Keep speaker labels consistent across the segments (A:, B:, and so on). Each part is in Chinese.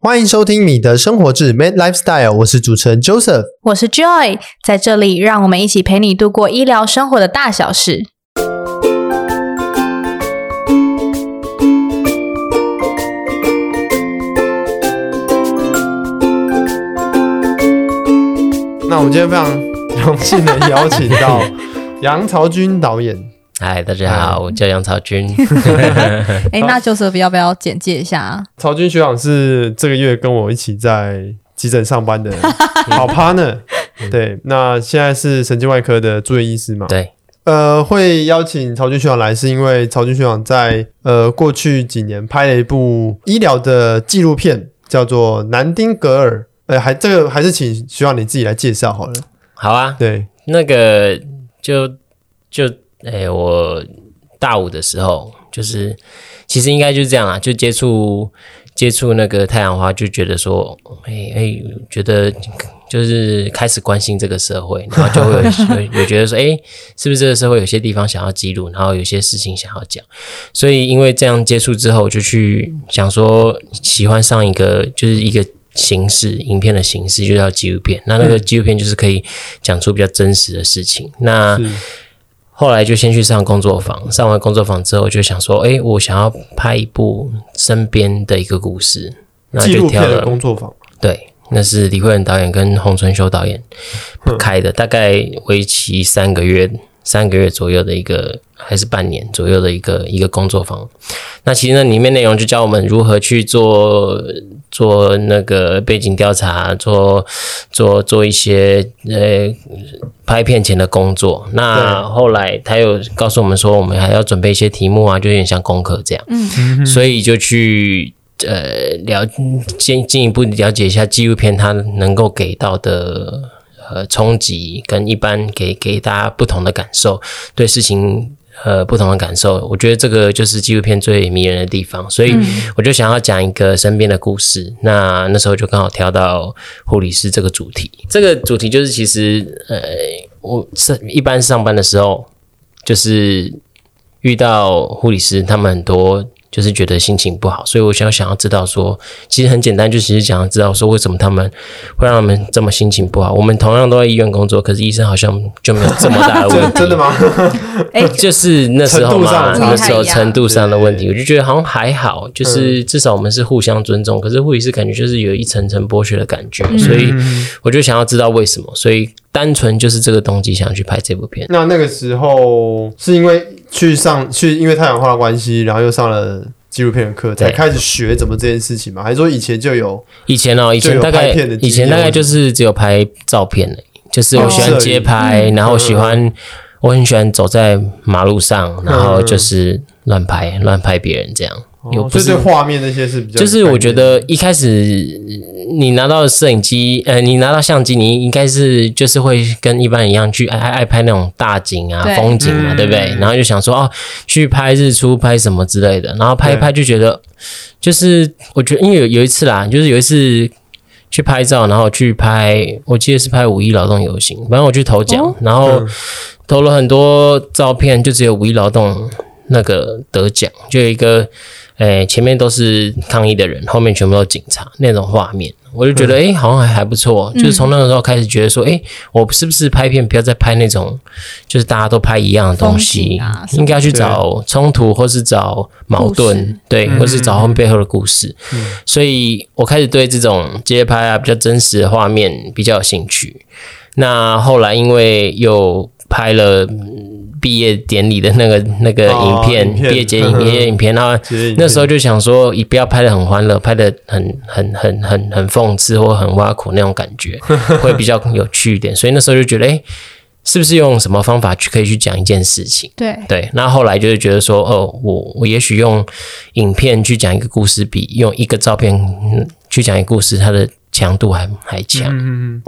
A: 欢迎收听《米的生活志》（Mad Lifestyle），我是主持人 Joseph。
B: 我是 Joy，在这里让我们一起陪你度过医疗生活的大小事。
A: 那我们今天非常荣幸的邀请 到杨朝军导演。
C: 嗨，大家好，我叫杨朝军。
B: 哎，那 Joseph 要不要简介一 下？啊
A: 曹军学长是这个月跟我一起在急诊上 班的好 partner。对，那现在是神经外科的住院医师嘛？
C: 对，
A: 呃，会邀请曹军学长来，是因为曹军学长在呃过去几年拍了一部医疗的纪录片，叫做《南丁格尔》。呃，还这个还是请学长你自己来介绍好了。
C: 好啊，
A: 对，
C: 那个就就哎、我大五的时候，就是其实应该就是这样啊，就接触接触那个太阳花，就觉得说，哎、哎、觉得就是开始关心这个社会，然后就会有 有有觉得说，哎、是不是这个社会有些地方想要记录，然后有些事情想要讲，所以因为这样接触之后，我就去想说喜欢上一个就是一个形式，影片的形式就叫纪录片。那那个纪录片就是可以讲出比较真实的事情。那
A: 是
C: 后来就先去上工作坊，上完工作坊之后就想说，诶，我想要拍一部身边的一个故事，那
A: 纪
C: 就
A: 录
C: 挑
A: 片的
C: 了
A: 工作坊。
C: 对，那是李慧仁导演跟洪春修导演开的，大概为期三个月，三个月左右的一个，还是半年左右的一个一个工作坊。那其实那里面内容就教我们如何去做做那个背景调查，做做做一些呃拍片前的工作。那后来他又告诉我们说，我们还要准备一些题目啊，就有点像功课这样。所以就去呃了进进一步了解一下纪录片它能够给到的呃冲击，跟一般给给大家不同的感受，对事情。呃，不同的感受，我觉得这个就是纪录片最迷人的地方，所以我就想要讲一个身边的故事。那那时候就刚好挑到护理师这个主题，这个主题就是其实呃，我是一般上班的时候，就是遇到护理师，他们很多就是觉得心情不好，所以我想想要知道说，其实很简单，就其实想要知道说为什么他们会让他们这么心情不好。我们同样都在医院工作，可是医生好像就没有这么大的问
A: 真
C: 题，
A: 真的吗？
B: 哎
C: 就是那时候嘛，
A: 程度上
C: 那时候
B: 不太一样
C: 程度上的问题，我就觉得好像还好，就是
A: 嗯
C: 至少我们是互相尊重。可是护理师感觉就是有一层层剥削的感觉，
B: 嗯
C: 所以
A: 嗯
C: 我就想要知道为什么。所以单纯就是这个动机想去拍这部片。
A: 那那个时候是因为去上去，因为太阳花的关系，然后又上了纪录片的课，才
C: 对
A: 开始学怎么这件事情嘛？还是说以前就有？
C: 以前哦，以
A: 就
C: 前
A: 有
C: 大概
A: 拍片的经
C: 以
A: 验
C: 前大概就是只有拍照片而已就是我
A: 哦摄
C: 喜欢
A: 影嗯
C: 街拍，然后我喜欢我很喜欢走在马路上，然后就是乱拍乱拍别人这样，又
A: 哦
C: 不
A: 就是对画面那些是比较有概念，
C: 就是我觉得一开始呃你拿到摄影机，呃，你拿到相机，你应该是就是会跟一般人一样去爱爱爱拍那种大景啊、
B: 对
C: 风景啊，
A: 嗯
C: 对不对？然后就想说哦，去拍日出、拍什么之类的，然后拍一拍就觉得，就是我觉得因为有有一次啦，就是有一次。去拍照，然后去拍，我记得是拍五一劳动游行，反正我去投奖，然后
A: 嗯
C: 投了很多照片，就只有五一劳动那个得奖，就有一个，诶、前面都是抗议的人，后面全部都警察那种画面，我就觉
B: 嗯
C: 得，诶、好像还还不错。就是从那个时候开始觉得说，诶、我是不是拍片不要再拍那种，就是大家都拍一样的东
B: 风
C: 西，
B: 景啊什么
C: 应该要去找冲突，或是找矛
B: 故
C: 盾
B: 事，嗯
C: 对，或是找他们背后的故事。所以我开始对这种街拍啊比较真实的画面比较有兴趣。那后来因为又拍了嗯毕业典礼的那个那个
A: 哦
C: 影片，
A: 影片
C: 毕业典礼毕业影 片，然后
A: 嗯
C: 那时候就想说，你不要拍的很欢乐，拍的很很很很很讽刺或很挖苦那种感觉，会比较有趣一点。所以那时候就觉得，哎、是不是用什么方法去可以去讲一件事情？
B: 对，
C: 对，那后来就是觉得说，哦，我我也许用影片去讲一个故事，比用一个照片嗯去讲一个故事，它的强度还还强。
A: 嗯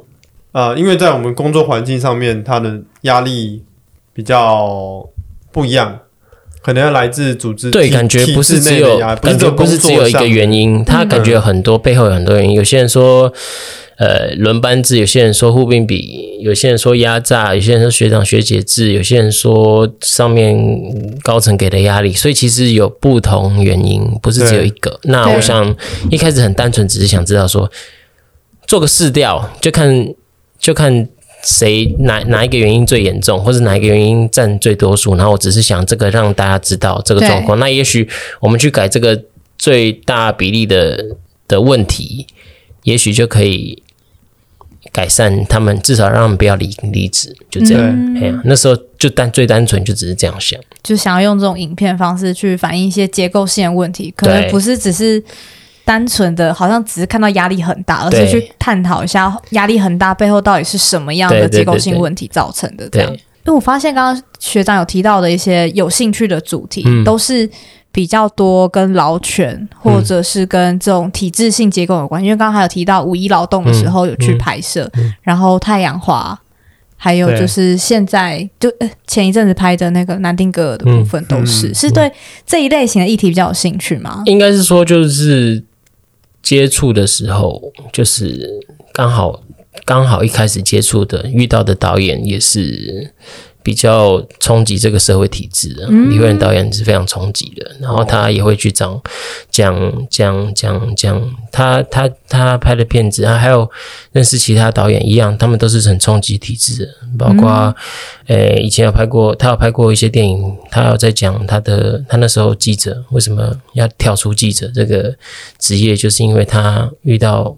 A: 呃，因为在我们工作环境上面，他的压力比较不一样，可能要来自组织
C: 对，
A: 体
C: 感觉不是
A: 体制
C: 只
A: 内的
C: 有，
A: 压力嗯
C: 感觉不是只有一个原因，他感觉有很多背后有很多原因。有些人说，呃轮班制，有些人说护病比，有些人说压榨，有些人说学长学姐制，有些人说上面高层给的压力，所以其实有不同原因，不是只有一个。那我想一开始很单纯，只是想知道说做个试调，就看就看谁哪哪一个原因最严重，或者哪一个原因占最多数。然后我只是想这个让大家知道这个状况。那也许我们去改这个最大比例的的问题，也许就可以改善他们，至少让他们不要离离职，就这样。
A: 对
C: 哎呀、那时候就单最单纯就只是这样想。
B: 就想要用这种影片方式去反映一些结构性的问题，可能
C: 对
B: 不是只是单纯的，好像只是看到压力很大，而
C: 对
B: 是去探讨一下压力很大背后到底是什么样的
C: 对对
B: 结构
C: 对
B: 性
C: 对
B: 问题造成的。这
C: 对啊
B: 样，因为我发现刚刚学长有提到的一些有兴趣的主题，
C: 嗯
B: 都是比较多跟劳权或者是跟这种体制性结构有关。因为刚刚还有提到五一劳动的时候有去拍摄，然后太阳花。还有
A: 对
B: 就是现在就呃前一阵子拍的那个南丁格尔的部分都是，
A: 嗯
B: 是对这一类型的议题比较有兴趣吗？
C: 应该是说就是接触的时候，就是刚好刚好一开始接触的遇到的导演也是比较冲击这个社会体制的，李慧仁导演是非常冲击的，然后他也会去讲讲讲讲讲他他他拍的片子，啊，还有认识其他导演一样，他们都是很冲击体制的，包括、呃以前有拍过，他有拍过一些电影，他有在讲他的他那时候记者为什么要跳出记者这个职业，就是因为他遇到。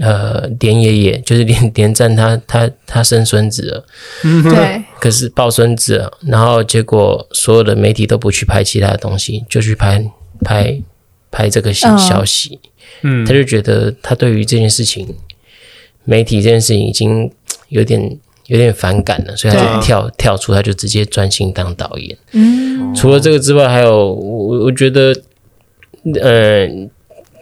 C: 呃，连爷爷就是连连战他他他生孙子了，
A: 嗯
B: 对，
C: 可是抱孙子了，然后结果所有的媒体都不去拍其他的东西，就去拍拍拍这个消
B: 嗯
C: 消息。
A: 嗯
C: 他就觉得他对于这件事情，媒体这件事情已经有点有点反感了，所以他
A: 对
C: 就跳跳出，他就直接专心当导演。
B: 嗯，
C: 除了这个之外，还有我我觉得，呃，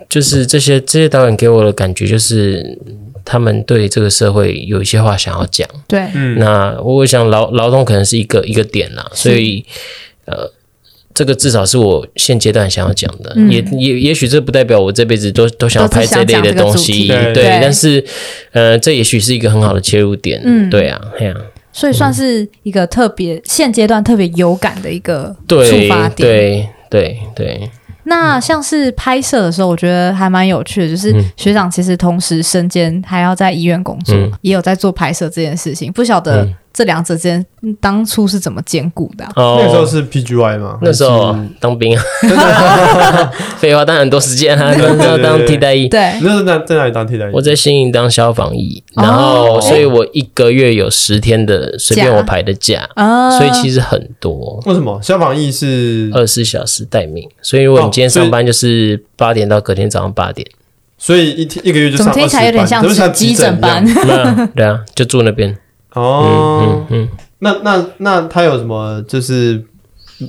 C: 就是这些这些导演给我的感觉就是。他们对这个社会有一些话想要讲，
B: 对，
A: 嗯
C: 那我想劳劳动可能是一个一个点啦，所以呃，这个至少是我现阶段想要讲的，
B: 嗯
C: 也也也许这不代表我这辈子都都想要
B: 都
C: 拍
B: 只想
C: 这类
B: 讲
C: 的
B: 这个
C: 东
B: 主
C: 西，
B: 题
A: 对
C: 对
B: 对，
C: 但是呃，这也许是一个很好的切入点，
B: 嗯
C: 对啊，哎呀、
B: 所以算是一个特别现阶段特别有感的一个触
C: 对
B: 发点。
C: 对对对，
B: 那像是拍摄的时候，我觉得还蛮有趣的，就是
C: 嗯
B: 学长其实同时身兼还要在医院工作，
C: 嗯
B: 也有在做拍摄这件事情，不晓得
C: 嗯
B: 这两者之间嗯当初是怎么兼顾的啊、
C: 哦，
A: 那时候是 PGY 嘛？
C: 那时候
A: 还是
C: 当兵 啊，废话，当然很多时间啊，当
A: 对对
C: 当替代役，
B: 对
A: 你，那时候在在哪里当替代役？
C: 哎我在新营当消防役，
B: 哦
C: 然后所以我一个月有十天的随便我排的假，
B: 啊
C: 所以其实很多，
A: 为什么消防役是？
C: 二十四小时待命。所以如
A: 哦
C: 果你今天上班就是八点到隔天早上 八点，
A: 所以一天一个月就
B: 怎
A: 上
B: 么听
A: 二
B: 起
A: 十
B: 来有
A: 班，
B: 点像
A: 这不
B: 是
A: 像
B: 急诊
A: 一样
B: 班？
C: 对啊，对啊，就住那边。
A: 哦
C: 嗯。嗯，
A: 那那那他有什么？就是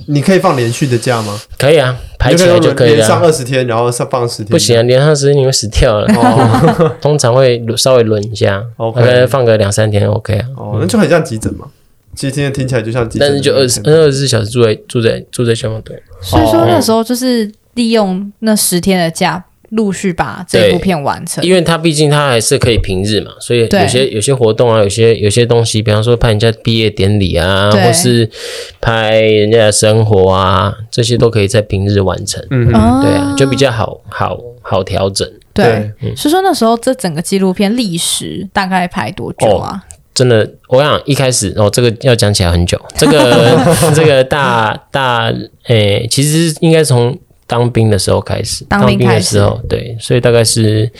A: 你可以放连续的假吗？
C: 可以啊，排
A: 你
C: 起
A: 可
C: 来
A: 以
C: 就
A: 说
C: 可以
A: 连
C: 了
A: 上
C: 啊。
A: 二十天，然后上放十天。
C: 不行啊，连上十天你会死掉了。
A: 哦
C: 通常会轮稍微轮一下，
A: OK
C: 大概放个两三天 OK 啊。
A: 哦，那就很像急诊嘛。其实听听起来就像急诊，嗯
C: 但是就二十二十四小时住在住在住在消防队。
B: 所以说那时候就是利用那十天的假，陆续把这部片完成。
C: 因为它毕竟它还是可以平日嘛，所以
B: 对
C: 有些有些活动啊，有些有些东西，比方说拍人家毕业典礼啊，
B: 对
C: 或是拍人家的生活啊，这些都可以在平日完成。
A: 嗯哼
B: 哦
C: 对啊，就比较嗯好好好调整。
B: 对，所以说那时候这整个纪录片历时大概拍多久啊？
C: 真的，我想一开始哦，这个要讲起来很久。 这个这个大大诶、其实应该从当兵的时候开始，
B: 当兵
C: 的
B: 开始
C: 时候对，所以大概是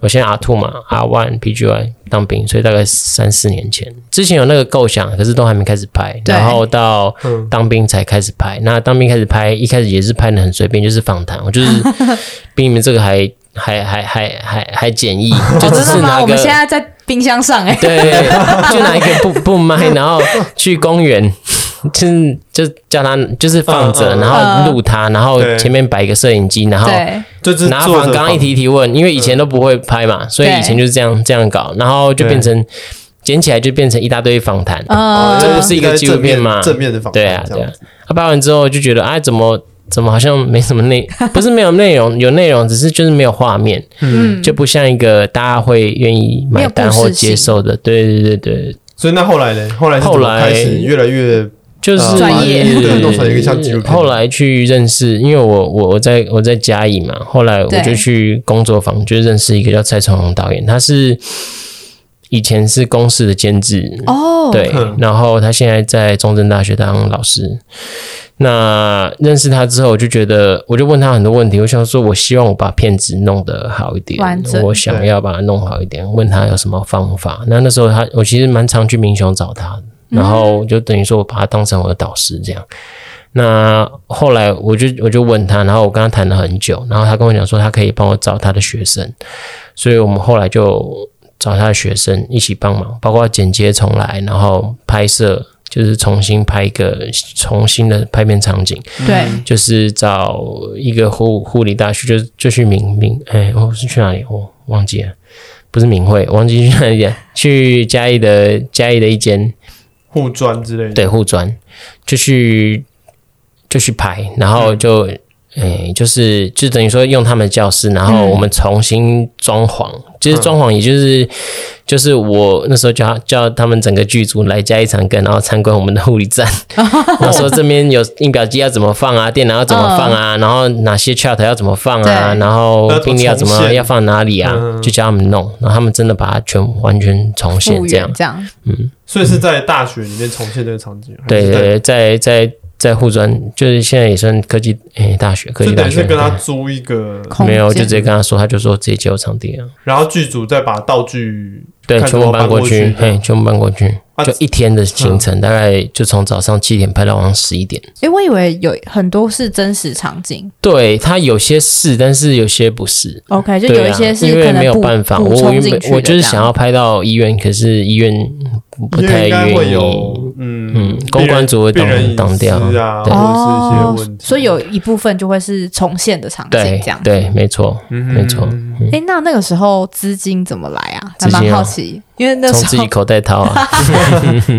C: 我现在 R two 嘛，R one PGY 当兵，所以大概三四年前之前有那个构想，可是都还没开始拍，
B: 对
C: 然后到
A: 嗯
C: 当兵才开始拍。那当兵开始拍，一开始也是拍的很随便，就是访谈，我就是 比你们这个还还还还还还简易，就只
B: 哦真
C: 是
B: 的吗？
C: 哦拿
B: 我
C: 个
B: 们现在在冰箱上哎、
C: 对，就拿一个布布麦，然后去公园，就是就叫他就是放着，
A: 嗯嗯嗯
C: 然后录他，然后
A: 对
C: 前面摆一个摄影机，然后
B: 对，
A: 就是
C: 拿
A: 坐
C: 仿
A: 着
C: 刚一
A: 放
C: 题提问，因为以前都不会拍嘛，所以以前就是这样这样搞，然后就变成捡起来就变成一大堆访谈。
B: 呃，
A: 哦
C: 哦这不是一个纪录片嘛
A: 正面正面的访谈
C: 对啊，
A: 这
C: 对
A: 样
C: 啊。他拍完之后就觉得，哎，怎么怎么好像没什么内，不是没有内容，有内容，只是就是没有画面，
B: 嗯，
C: 就不像一个大家会愿意买单
B: 没有故
C: 或
B: 事性
C: 接受的。对对对对，
A: 所以那后来呢？后来是
C: 后来
A: 怎么开始越来越
C: 就是
B: 专业
A: 对弄成一个像纪录片
C: 后来去认识，因为我我我在我在嘉义嘛，后来我
B: 对
C: 就去工作坊，就认识一个叫蔡崇宏导演，他是以前是公视的监制，
B: 哦，
C: 对
A: 嗯，
C: 然后他现在在中正大学当老师。那认识他之后，我就觉得，我就问他很多问题，我想说，我希望我把片子弄得好一点
B: 完整，
C: 我想要把它弄好一点，问他有什么方法。那那时候他，我其实蛮常去民雄找他的，然后就等于说我把他当成我的导师这样。那后来我就我就问他，然后我跟他谈了很久，然后他跟我讲说他可以帮我找他的学生，所以我们后来就找他的学生一起帮忙，包括剪接重来，然后拍摄就是重新拍一个重新的拍片场景，
B: 对，
C: 就是找一个护护理大学，就就去明明哎，我、是去哪里？我、忘记了，不是明慧，忘记去哪里了，去嘉义的嘉义的一间
A: 互专之类的。
C: 对，护专就去就去拍，然后就诶、就是就等于说用他们的教室，然后
B: 嗯
C: 我们重新装潢，就是装潢，也就是就是我那时候叫他叫他们整个剧组来加一场跟，然后参观我们的护理站，我说这边有印表机要怎么放啊，电脑要怎么放啊，然后哪些 chart 要怎么放啊，
B: 对
C: 然后
A: 要怎么
C: 病历要怎
A: 重
C: 么
A: 现
C: 要放哪里啊，
A: 嗯
C: 就叫他们弄，然后他们真的把它全完全重现
B: 复
C: 这样
B: 原。这样，
A: 所以是在大学里面重现这个场景。还
C: 对
A: 嗯是在
C: 对，对，在在在护专，就是现在也算科技诶、大学，科技
A: 就等
C: 大
A: 于是
C: 学。
A: 跟他租一个，
B: 空
C: 没有，就
B: 间
C: 直接跟他说，他就说直接借我场地啊，
A: 然后剧组再把道具
C: 对，
A: 看怎
C: 全部
A: 么
C: 搬
A: 搬过
C: 过去
A: 去，嗯
C: 嘿，全部搬过去，
A: 啊
C: 就一天的行程，大概就从早上七点拍到晚上十一点。
B: 诶，我以为有很多是真实场景
C: 对他有些是，但是有些不是。
B: ，OK，就
C: 对
B: 有一
C: 啊
B: 些是
C: 因
B: 可
C: 为
B: 能
C: 没有
B: 补
C: 办法，
B: 补
C: 我我
B: 充
C: 原
B: 进
C: 本
B: 去
C: 我
B: 的
C: 就是
B: 这样
C: 想要拍到医院，可是医院不
A: 因
C: 太
A: 为应该
C: 愿
A: 会
C: 意。
A: 有嗯
C: 嗯公关组会
A: 病人
C: 挡
A: 隐私
C: 挡掉
A: 啊，或
C: 对
A: 者是一些问题，
B: 哦所以有一部分就会是重现的场景
C: 对
B: 这样。
C: 对，没错，
A: 嗯
C: 没错，
B: 哎，那那个时候资金怎么来啊？还
C: 资金
B: 蛮
C: 啊
B: 好奇，因为那
C: 从
B: 时
C: 自
B: 候
C: 己口袋 掏啊。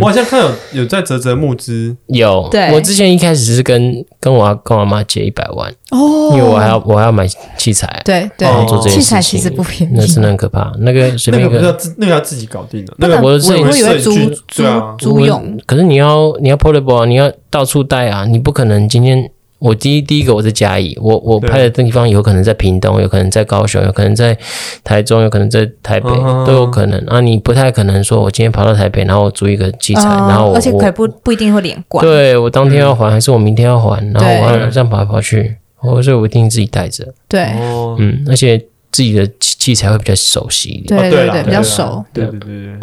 A: 我好像看有有在泽泽募资，
C: 有，
B: 对
C: 我之前一开始是跟跟我阿跟我妈借一百万，
B: 哦，
C: 因为我还要我还要买器材，
B: 对对
A: 哦做这
C: 件
B: 器
C: 事
B: 材其实
C: 情
B: 不便宜
C: 那，真的很可怕。那个随
A: 那
C: 便
A: 个不
C: 一
A: 是要
C: 个，
A: 自那个要自己搞定的，那
B: 不
A: 个
B: 能
C: 我是
B: 我以
A: 摄
B: 为租
A: 影剧
B: 租
A: 对啊
B: 租用，
C: 可是你要你要 portable，啊你要到处带啊，你不可能今天。我第一第一个我在嘉义，我我
A: 对
C: 拍的地方有可能在屏东，有可能在高雄，有可能在台中，有可能在台北，
A: 嗯哼
C: 都有可能啊。你不太可能说我今天跑到台北，然后我租一个器材，
B: 嗯
C: 然后我
B: 而且可以
C: 我
B: 不不一定会连贯，
C: 对我当天要还，还是我明天要还，然后我
A: 对
C: 要这样跑来跑去，我所以我一定自己带着。
B: 对
A: 哦，
C: 嗯，而且自己的器器材会比较熟悉一点。
A: 哦
B: 对
A: 对啦
B: 对，比
A: 对
B: 较
A: 啦
B: 熟。
A: 对对对对，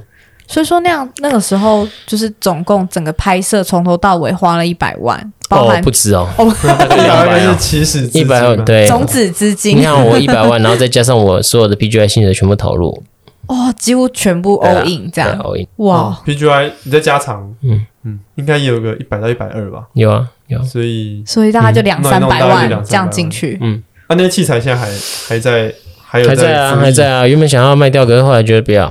B: 所以说那样那个时候就是总共整个拍摄从头到尾花了一百万，包
C: 哦
B: 含，
C: 不止哦，
A: 那个
C: 100
A: 应该
C: 啊
A: 是起始
C: 一百万对。啊
B: 种子资
C: 你
B: 金
C: 看我一百万，然后再加上我所有的 PGI 薪水全部投入，
B: 哇，几乎全部
C: 对啦啊
B: all in 这
C: 对
B: 样，
C: all in
B: 哇，
A: PGI 你在加长，嗯
C: 嗯
A: 嗯，应该也有个一百到一百二吧，
C: 有啊有啊，
A: 所以
B: 所以大概就两
A: 嗯
B: 三
A: 弄一弄大
B: 百
A: 概
B: 万
A: 就两三百万
B: 这样进去，
A: 啊那些器材现在还还在。还有
C: 还在啊
A: 服役
C: 还在啊，原本想要卖掉，可是后来觉得不要，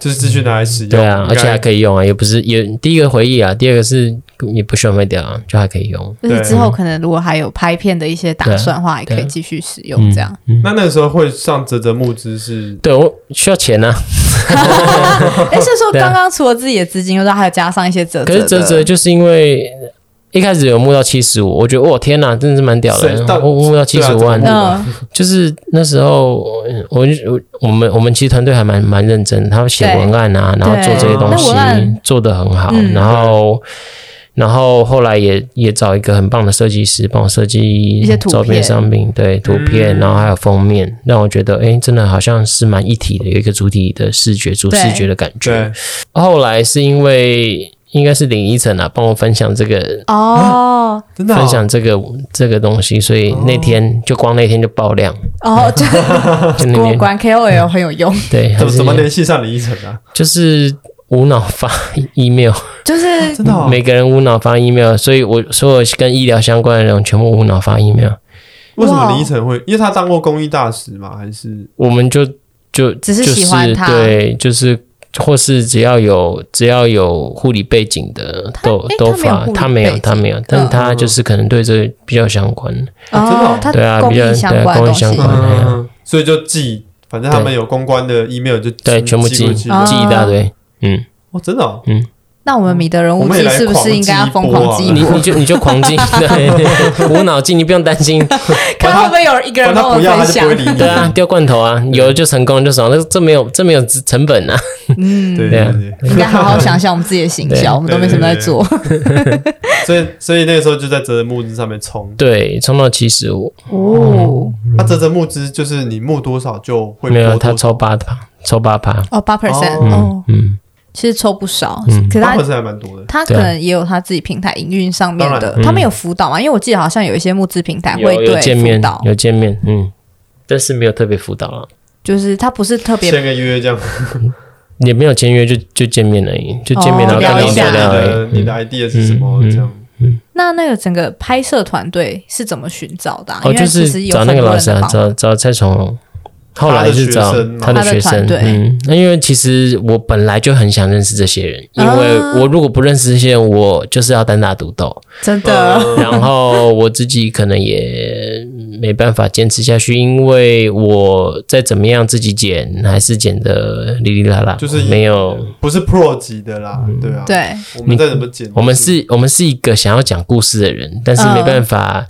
A: 就是继续拿来使用。
C: 对啊，而且还
A: 以。
C: 可以用啊，也不是也第一个回忆啊，第二个是也不需要卖掉啊，就还可以用。
B: 而
A: 对
B: 且之后可能如果还有拍片的一些打算的话，也可
C: 对
B: 以继续使用这样。
A: 那那个时候会上泽泽募资是，
C: 嗯对我需要钱啊，
B: 但是说
C: 对啊
B: 刚刚除了自己的资金，又还有加上一些折折
C: 可
B: 的，
C: 是泽泽就是因为一开始有募到七十五，我觉得哇天哪，真的是蛮屌的
A: 谁到，
C: 我我募到七十五万
A: 对，啊
B: 嗯，
C: 就是那时候，嗯我我我们我们其实团队还蛮蛮认真的，他们写文案啊，
B: 对
C: 然后做这些东
B: 那文案
C: 西做得很好，
B: 嗯
C: 然后然后后来也也找一个很棒的设计师帮我设计一
B: 些图片
C: 周边商品，对图片，
A: 嗯
C: 然后还有封面，让我觉得哎，诶真的好像是蛮一体的，有一个主体的视觉主
B: 对
C: 视觉的感觉
A: 对。，
C: 后来是因为应该是林依晨啊，帮我分享这个
B: 哦
A: 真的哦
C: 分享这个这个东西，所以那
A: 哦
C: 天就光那天就爆量，
B: 哦，就
C: 就 那
B: 果
C: 天
B: 然 KOL 很有用，
C: 对，
A: 怎
C: 还
A: 么
C: 是
A: 怎么联系上李依晨啊？
C: 就是无脑发 email，
B: 就是
A: 真的 哦，
C: 每个人无脑发 emaemail，所以我所有跟医疗相关的人全部无脑发 email，
A: 为什么
B: 哇
A: 李依晨会？因为他当过公益大使嘛，还是
C: 我们就就
B: 只是喜欢他
C: 就是、对，就是或是只要有只要有护理背景的
B: 他
C: 都
B: 诶
C: 都
B: 他没有
C: 发
B: 护，理
C: 他没
B: 背
C: 有
B: 景
C: 他没有，但
A: 嗯
C: 他就是可能对这比较相关，
A: 哦真的哦
B: 哦，它
C: 对啊
B: 公
C: 比较
B: 益相
C: 对啊
B: 关的
C: 公益
B: 东西
C: 相。关
A: 嗯，所以就寄，反正他们有公关的 email 就
C: 对，
A: 寄
C: 全部
A: 寄
C: 记
A: 过
C: 记
A: 去。
B: 啊
C: 一大堆，嗯，
A: 哦，真的哦，
B: 那我们米德人
A: 我
B: 物
A: 们也
B: 志
A: 来
B: 是不是应该要疯狂
A: 狂啊
B: 记
A: 记一
C: 你
B: 录？
A: 波
C: 你就你就 狂进，对，无脑进，你不用担心，
B: 看会不会有一个
A: 反正
B: 人跟
A: 他
B: 我
A: 不要他
B: 分
A: 就
B: 享
A: 不会？理你。
C: 对啊，丢罐头啊，有的就成功就爽，那这没有这没有成本啊，
B: 嗯，
A: 对
C: 对啊
A: 对对，
B: 应该好好想想我们自己的行销，我们都没什么在做。
A: 所以所以那个时候就在折木枝上面冲。
C: 对，冲到七十五，
B: 哦
A: 他折折木枝就是你募多少就会
C: 没有
A: 拨
C: 他
A: 多少
C: 抽八趴，抽八趴，
B: 哦，八 percent
A: 哦
B: 哦，
C: 嗯，
B: 其实抽不少，
C: 嗯
B: 可是他
A: 八 p e 还蛮多的。
B: 他可能也有他自己平台营运上面
A: 当
B: 的
A: 然，
B: 他们有辅导嘛？因为我记得好像有一些募资平台
C: 嗯有
B: 会
C: 有
B: 对
C: 见面
B: 辅导，
C: 有见面，嗯，但是没有特别辅导啊，
B: 就是他不是特别
A: 签个约这样，
C: 也没有签约，就就见面而已，就见面
B: 哦
C: 然后看
B: 聊一
C: 你
B: 下
C: 觉
A: 你
C: 得
A: 的
C: 而已嗯
A: 你的 idea 是什么
C: 嗯嗯
A: 这样。
B: 那那个整个拍摄团队是怎么寻找的啊、
C: 哦，
B: 因为
C: 就
B: 其实
C: 是
B: 有
C: 找那
B: 很
C: 个
B: 多
C: 老
B: 人
C: 师
B: 的
C: 啊，
B: 帮忙
C: 找找蔡崇荣，后来是找
A: 他
C: 他
B: 的
C: 的
B: 学
C: 学
B: 生
C: 生
B: 嘛，他的团
C: 嗯，那因为其实我本来就很想认识这些人，因为
B: 啊
C: 我如果不认识这些人，我就是要单打独斗，
B: 真的、
A: 呃
C: 然后我自己可能也没办法坚持下去，因为我再怎么样自己剪，还是剪的哩哩啦啦，
A: 就是
C: 没有。
A: 不是 pro 级的啦，
C: 嗯
A: 对啊，，
B: 对，
A: 我们再怎么剪，
C: 我们是，我们是一个想要讲故事的人，但是没办法，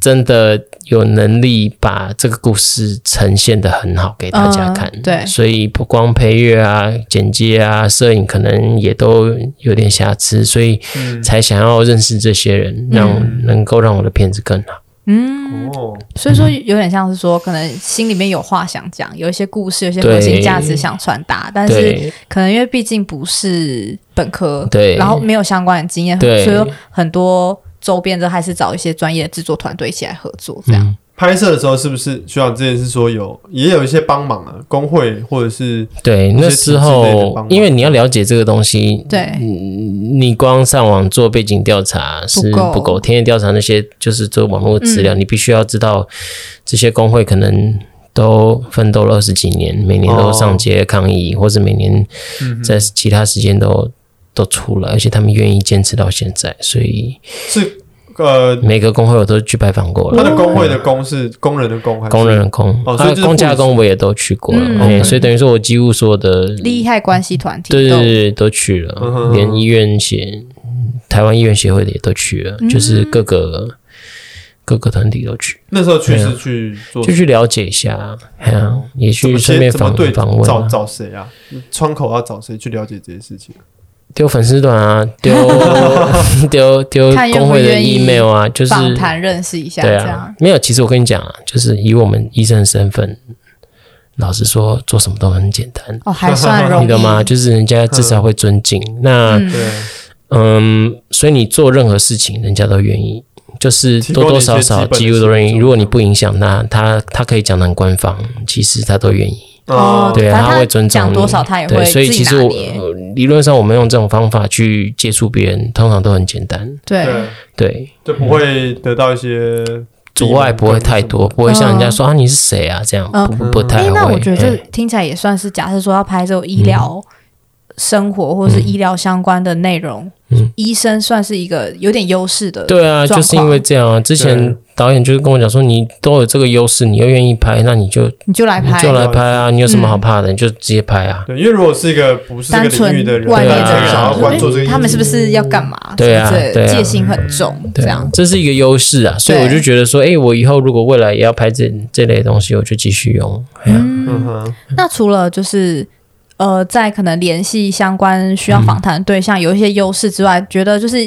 C: 真的有能力把这个故事呈现的很好给大家看。
B: 嗯对
C: 所以不光配乐啊、剪接啊、摄影，可能也都有点瑕疵，所以
A: 嗯
C: 才想要认识这些人，让、
A: 嗯
C: 能够让我的片子更好。
B: 嗯，
A: 哦，
B: 所以说有点像是说，可能心里面有话想讲，有一些故事，有一些核心价值想传达，但是
C: 对
B: 可能因为毕竟不是本科，
C: 对
B: 然后没有相关的经验，所
C: 对
B: 以说很多周边的还是找一些专业的制作团队一起来合作，这样、
C: 嗯，
A: 拍摄的时候是不是学长之前是说有也有一些帮忙啊，工会或者是
C: 对，
A: 些
C: 那
A: 体制
C: 时
A: 类的帮
C: 候
A: 忙
C: 因为你要了解这个东西，
B: 对。
C: 你光上网做背景调查是
B: 够嗯
C: 不够，田野调查那些就是做网络资料，你必须要知道这些工会可能都奋斗了二十几年，每年都上街抗议，或是每年
A: 嗯
C: 在其他时间都都出来，而且他们愿意坚持到现在，所以
A: 是呃
C: 每个工会我都去拜访过
A: 他的
C: 了。
A: 工会的工是工人的工还是
C: 工人的工，
A: 哦
C: 啊
A: 所以就是
C: 工
A: 护
C: 价
A: 士
C: 工我也都去过了，
B: 嗯
C: 哎
A: OK
C: 所以等于说我几乎所有的
B: 利害关系团体
C: 对
B: 都
C: 对对，都去了，
A: 嗯哼
C: 连医院协台湾医院协会的也都去了，
A: 嗯
C: 就是各个各个团体都去，
A: 那时候去是去做
C: 啊就去了解一下，哎呀，也
A: 嗯怎
C: 去
A: 么
C: 顺
A: 接
C: 便
A: 怎么
C: 访
A: 对
C: 访问
A: 找
C: 啊，
A: 找谁啊？窗口要找谁去了解这些事情？
C: 丢粉丝团啊， 丢丢丢
B: 看愿不
C: 工会的
B: 愿意
C: email 啊，就是
B: 访谈认识一下，
C: 对
B: 这
C: 啊
B: 样，
C: 没有，其实我跟你讲啊，就是以我们医生的身份，老实说，做什么都很简单。
B: 哦， 还算容易
C: 你懂吗？就是啊人家至少会尊敬。那
B: 嗯
A: 对，啊
C: 嗯，所以你做任何事情，人家都愿意，就是
A: 提供
C: 多
A: 你
C: 多
A: 一些
C: 少
A: 基
C: 少
A: 本的
C: 几乎都愿
A: 信
C: 意。
A: 任
C: 如果你不影响他，他他可以讲的很官方，其实他都愿意。
B: 哦，
C: 对啊
B: 反正
C: 他会尊重
B: 讲
C: 你
B: 多少，他也会
C: 对，所以
B: 自己
C: 其实我
B: 拿捏
C: 呃理论上我们用这种方法去接触别人，通常都很简单。
B: 对
A: 对，
C: 对，
A: 就不会得到一些
C: 阻碍不会太多，不会像人家说啊你是谁啊这样，
B: 嗯
C: 不不不
B: 哎、
C: 太
B: 那
C: 会
B: 我觉得。
C: 嗯
B: 这听起来也算是，假设说要拍这种医疗生活或是医疗相关的内容，
C: 嗯
B: 医生算是一个有点优势的。
C: 对啊，
B: 状
C: 就是因为这样啊。
A: 对
C: 之前导演就是跟我讲说，你都有这个优势，你又愿意拍，那你就
B: 你就来
C: 你
B: 拍嗯
C: 就来拍啊，你有什么好怕的？你就直接拍啊。
A: 对，因为如果是一个不是这
B: 单
A: 个
B: 纯
A: 领域的人，
B: 外面
C: 对啊
B: 的人，
A: 想要关注这
B: 哎
A: 个，
B: 他们是不是要干嘛？
C: 对啊
B: 是不是
C: 对啊
B: 戒心很重，这
C: 对啊
B: 样，
C: 这是一个优势啊，所以
B: 对
C: 我就觉得说，哎，我以后如果未来也要拍这这类的东西，我就继续用。哎呀
A: 嗯
B: 嗯，
A: 哼，
B: 那除了就是呃，在可能联系相关需
C: 嗯
B: 要访谈的对象有一些优势之外，觉得就是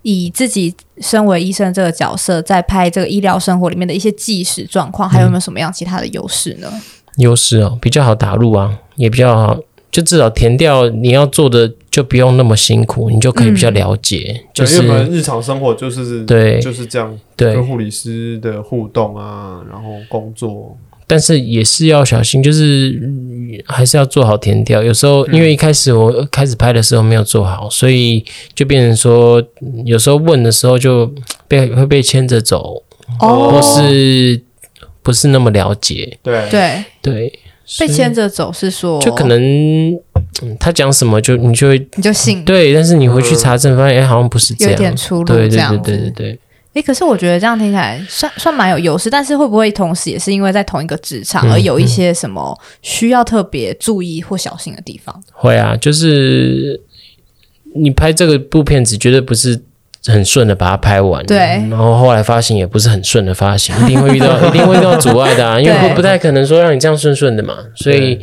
B: 以自己身为医生这个角色，在拍这个医疗生活里面的一些即时状况，
C: 嗯
B: 还有没有什么样其他的优势呢？
C: 优势哦，比较好打入啊，也比较好，就至少填掉你要做的，就不用那么辛苦，你就可以比较了解，
A: 嗯
C: 就
A: 对因为我们
C: 是
A: 日常生活就是
C: 对
A: 就是这样，跟
C: 对，
A: 护理师的互动啊，然后工作，
C: 但是也是要小心，就是嗯还是要做好填掉。有时候
A: 嗯
C: 因为一开始我开始拍的时候没有做好，所以就变成说，嗯有时候问的时候就被会被牵着走，或
A: 哦
C: 是不是那么了解，
A: 对，
B: 对，
C: 对，所
B: 被
C: 以
B: 牵着走是说，
C: 就可能嗯他讲什么就你就会
B: 你就信，
C: 对，但是你回去查证发现，哎、好像不是这
B: 有
C: 样，
B: 点出入
C: 对
B: 这
C: 对
B: 样
C: 对
B: 子。
C: 对对对，
B: 诶，可是我觉得这样听起来算算蛮有优势，但是会不会同时也是因为在同一个职场
C: 嗯
B: 而有一些什么需要特别注意或小心的地方？
C: 会啊，就是你拍这个部片子绝对不是。很顺的把它拍完，
B: 对
C: 然后后来发行也不是很顺的发行，一定会遇到一定会遇到阻碍的啊，因为
B: 对
C: 不不太可能说让你这样顺顺的嘛，所以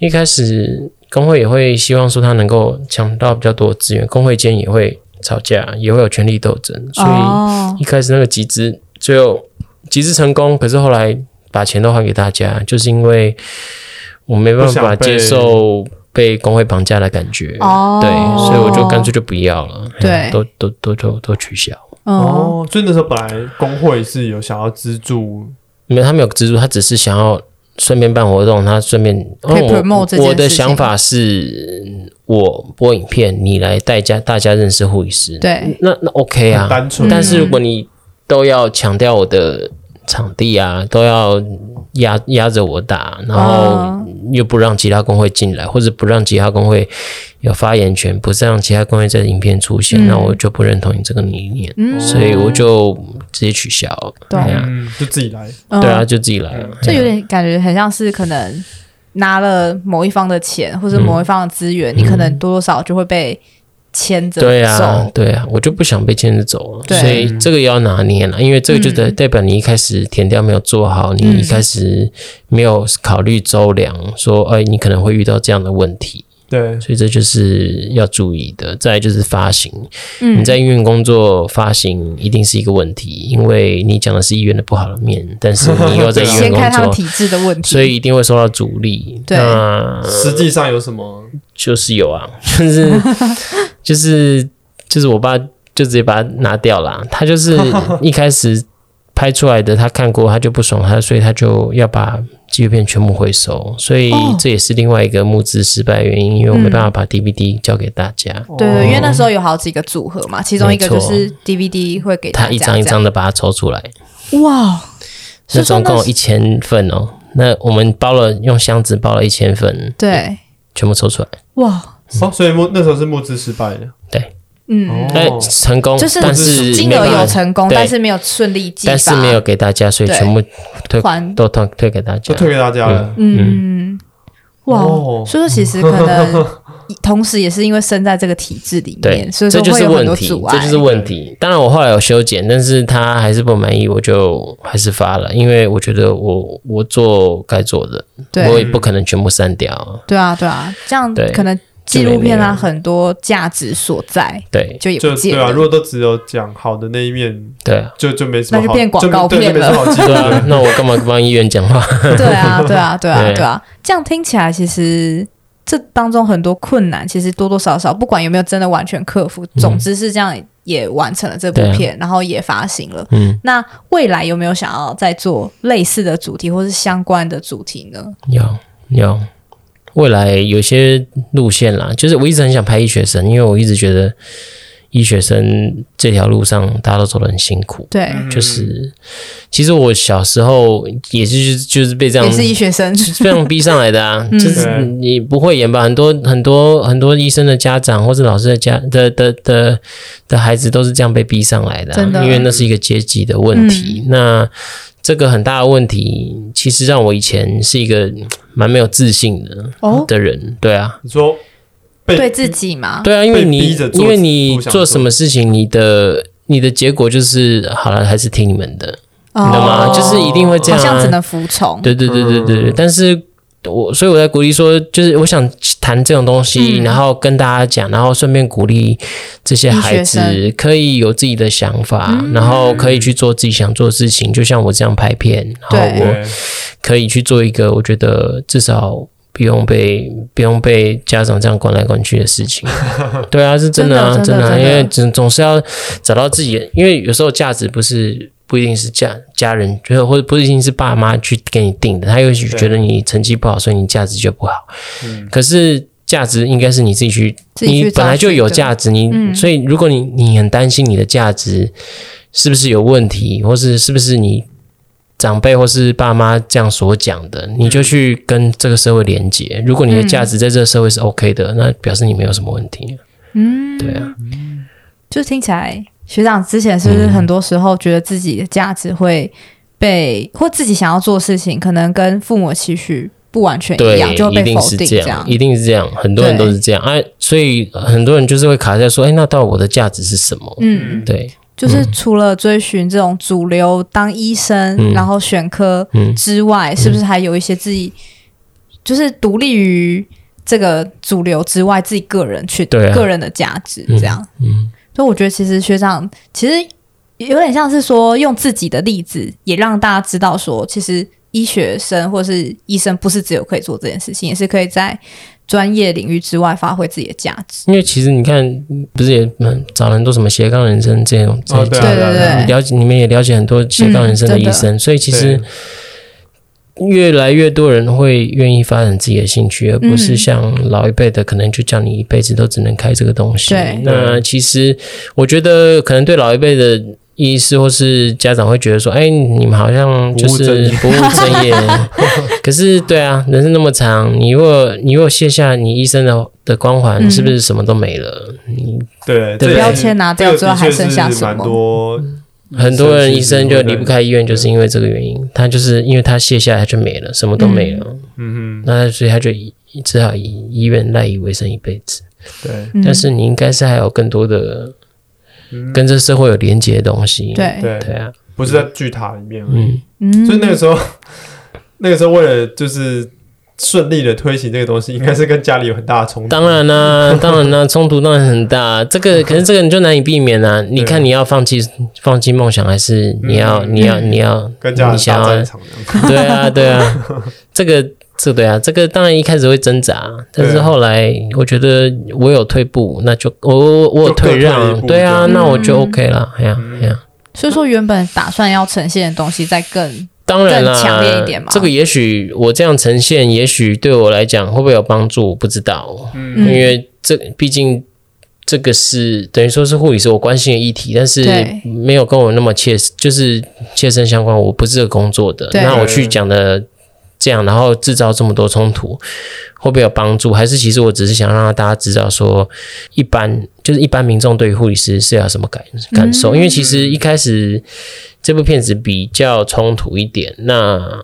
C: 一开始工会也会希望说他能够抢到比较多的资源，工会间也会吵架，也会有权力斗争，所以
B: 哦，
C: 一开始那个集资，最后集资成功，可是后来把钱都还给大家，就是因为我没办
A: 不想
C: 法
A: 被
C: 接受被工会绑架的感觉，
B: 哦
C: 对，所以我就干脆就不要了，
B: 对
C: 哎呀都都都都都取消。
B: 哦，
A: 哦，所以那时候本来工会是有想要资助，
C: 没有，他没有资助，他只是想要顺便办活动，他顺便。
B: 可以
C: 哦我
B: promote 这件事情
C: 我的想法是，我播影片，你来带家大家认识护理师。，
B: 对，
C: 那那 OK 啊
A: 很，单纯，
C: 但是如
B: 嗯
C: 果你都要强调我的场地啊，都要压压着我打，然后
B: 哦
A: 嗯
C: 又不让其他工会进来，或者不让其他工会有发言权，不是让其他工会在影片出现，
B: 嗯
C: 那我就不认同你这个理念，
B: 嗯，
C: 所以我就直接取消。
B: 懂
C: 哎呀
A: 嗯，就自己来，
B: 嗯
C: 对啊，，就自己来了。
B: 就
C: 哎呀
B: 有点感觉很像是可能拿了某一方的钱或者某一方的资源，你可能多多少少就会被牵着
C: 嗯对啊
B: 走，，
C: 对啊，我就不想被牵着走了，
B: 对嗯
C: 所以这个也要拿捏了，因为这个就代代表你一开始填掉没有做好，你一开始没有考虑周量，说哎，你可能会遇到这样的问题，
A: 对，
C: 所以这就是要注意的。再来就是发行，
B: 嗯
C: 你，在医院工作，发行一定是一个问题，因为你讲的是医院的不好的面，但是你 又在医院
B: 掀啊开他们
C: 工作，
B: 体制的问题，
C: 所以一定会受到阻力。
B: 对
C: 那
A: 实际上有什么？
C: 就是 有啊，就是就是就是我爸就直接把它拿掉了。他就是一开始拍出来的，他看过他就不爽，他所以他就要把纪录片全部回收。所以
B: 哦
C: 这也是另外一个募资失败的原因，因为我没办法把 DVD 交给大家，
B: 对对，因为那时候有好几个组合嘛，其中一个就
C: 哦没错
B: 是 DVD 会给
C: 他一张
B: 这
C: 一
B: 样
C: 张的把它抽出来，
B: 哇，是
C: 那
B: 说
C: 总共
B: 那
C: 有
B: 是
C: 一千份哦。那我们包了用箱子包了一千份，
B: 对
C: 全部抽出来，
B: 哇，
A: 哦，所以募那时候是募资失败的，
B: 嗯，
C: 哎、
A: 哦
C: 成功，
B: 就是
C: 但是
B: 金
C: 没
B: 额
C: 办法
B: 有成功，
C: 对
B: 但是没有顺利寄发，
C: 但是没有给大家，所以
B: 对
C: 全部退
B: 还，
C: 都退退给大
A: 就
C: 家。
A: 退给大家了。
B: 嗯，哇，
A: 哦
B: 所以说其实可能 同时也是因为身在这个体制里
C: 对
B: 面，所以，
C: 这
B: 说
C: 就
B: 会
C: 是
B: 有很
C: 问
B: 多
C: 题，
B: 阻
C: 这
B: 碍，
C: 就是问题。当然，我后来有修剪，但是他还是不满意，我就还是发了，因为我觉得我我做该做的，我
B: 对
C: 也不可能全部删掉。
B: 对啊对啊，这样
C: 对
B: 可能纪录片啊
C: 就没
B: 很多价值所在
C: 对
B: 就也不
A: 就
B: 见
A: 对啊，如
B: 了，
A: 果都只有讲好的那一面，
C: 对 啊，
A: 就就没什么好，
B: 那就变广告片了
A: 就没对就没什
C: 对
A: 么好记
C: 啊，那我干嘛帮医院讲话？
B: 对啊对啊对啊
C: 对
B: 对啊，这样听起来其实。这当中很多困难，其实多多少少，不管有没有真的完全克服，总之是这样也完成了这部
C: 对啊
B: 片，然后也发行了。
C: 嗯，
B: 那未来有没有想要再做类似的主题，或是相关的主题呢？
C: 有有，未来有些路线啦，就是我一直很想拍医学生，因为我一直觉得医学生这条路上大家都走得很辛苦。
B: 对，
A: 嗯
C: 就是，其实我小时候也是就是被这样
B: 也是医学生，
C: 被这样逼上来的啊，
B: 嗯
C: 就是你不会演吧？很多很多很多医生的家长或者老师的家的的的的孩子都是这样被逼上来的啊、
B: 真的嗯
C: 因为那是一个阶级的问题。那这个很大的问题，其实让我以前是一个嗯蛮没有自信的
B: 哦，
C: 的人，对啊，
A: 你说被
B: 对自己嘛，
C: 对啊，因为
A: 被
C: 你
A: 逼着做
C: 因为你
A: 不想做
C: 做什么事情，你的你的结果就是好了，还是听你们的。
B: 哦
C: 你懂吗？就是一定会这
B: 好
C: 样、啊，
B: 像只能服从，
C: 对对对对对对。但是我所以我在鼓励说，就是我想谈这种东西，
B: 嗯
C: 然后跟大家讲，然后顺便鼓励这些孩
B: 医学嗯
C: 子可以有自己的想法，然后可以去做自己想做的事情，就像我这样拍片，然后
B: 对
C: 我
A: 对
C: 可以去做一个，我觉得至少。不用被不用被家长这样管来管去的 事情，对啊，是真的啊，
B: 真的真的
C: 啊，
B: 真
C: 因
B: 的
C: 为总总是要找到自己的，因为有时候价值不是不一定是家家人觉得，或者不一定是爸妈去给你定的，他也许
A: 对
C: 觉得你成绩不好，所以你价值就不好。
A: 嗯
C: 可是价值应该是你自己去，
B: 自己去
C: 你本来就有
B: 找
C: 价值，你、
B: 嗯
C: 所以如果你你很担心你的价值是不是有问题，或是是不是你长辈或是爸妈这样所讲的，你就去跟这个社会连接。如果你的价值在这个社会是 OK 的，那表示你没有什么问题。嗯，对啊，嗯
B: 就听起来学长之前是不是很多时候觉得自己的价值会被、或自己想要做的事情，可能跟父母的期许不完全一样，
C: 对，
B: 就会
C: 一
B: 被
C: 定
B: 否
C: 是
B: 定
C: 这
B: 这
C: 样，一定是这样，很多人
B: 对
C: 都是这样。哎、所以很多人就是会卡在说，哎、那到底我的价值是什么？
B: 嗯，
C: 对，
B: 就是除了追寻这种主流当医生，
C: 嗯
B: 然后选科
C: 嗯
B: 之外，是不是还有一些自己就是独立于这个主流之外，自己个人去、
C: 对啊
B: 个人的价值这样？
C: 嗯，
B: 所以我觉得其实学长其实有点像是说用自己的例子，也让大家知道说，其实医学生或是医生不是只有可以做这件事情，也是可以在专业领域之外发挥自己的价值。
C: 因为其实你看，不是也嗯找了很多什么斜杠人生这种，这
A: 哦
C: 种
A: 对啊
B: 对
A: 对啊
B: 对
A: 对啊
B: 对，嗯
C: 了解你们也了解很多斜杠人生的医生，所以其实越来越多人会愿意发展自己的兴趣，而不
B: 嗯
C: 是像老一辈的可能就叫你一辈子都只能开这个东西
B: 对。
C: 那其实我觉得可能对老一辈的。医师或是家长会觉得说：“哎，你们好像就是不务正 业。可是，对啊，人生那么长，你如果你如果卸下你医生的的光环，
B: 嗯
C: 是不是什么都没了？你
A: 对，
C: 对
A: 这个
B: 标签拿掉之后还
A: 这个的确
B: 剩下
A: 是
B: 什么
A: 蛮多
C: 很多人一生就离不开医院，就是因为这个原因。他就是因为他卸下来就没了，什么都没了。
A: 嗯
C: 那所以他就以只好以医院赖以为生一辈子。
A: 哼，对
B: 嗯
C: 但是你应该是还有更多的
A: 嗯
C: 跟这社会有连接的东西。
B: 对，
A: 对，
C: 对啊，
A: 不是在巨塔里面而已，
C: 嗯，
B: 嗯
A: 所以那个时候， 那个时候为了就是顺利的推行这个东西，应该是跟家里有很大的冲突。
C: 当然啦、 当然啦、冲突当然很大。啊这
A: 嗯
C: 个可是这个你就难以避免啦、你看你要放弃放弃梦想，还是你要
A: 嗯
C: 你要你要
A: 跟家
C: 你
A: 人大
C: 想要
A: 战一场这样子，
C: 对啊，对啊，这个这对啊，这个当然一开始会挣扎，但是
A: 对啊
C: 后来我觉得我有退步，那就我我我有
A: 就各退
C: 退
A: 一
C: 让，
A: 步
C: 对啊，
A: 这样
C: 那我就
B: 嗯
C: OK 啦，哎呀哎呀，
B: 所以说原本打算要呈现的东西，再更
C: 当然
B: 更强烈一
C: 啦
B: 点嘛，
C: 这个也许我这样呈现，也许对我来讲会不会有帮助，我不知道，
B: 嗯
C: 因为这毕竟。这个是等于说是护理是我关心的议题，但是
B: 对
C: 没有跟我那么切，就是切身相关。我不是这个工作的，
B: 对
C: 那我去讲的这样，然后制造这么多冲突，会不会有帮助？还是其实我只是想让大家知道说，一般就是一般民众对于护理师是要什么
B: 嗯
C: 感感受？因为其实一开始这部片子比较冲突一点，那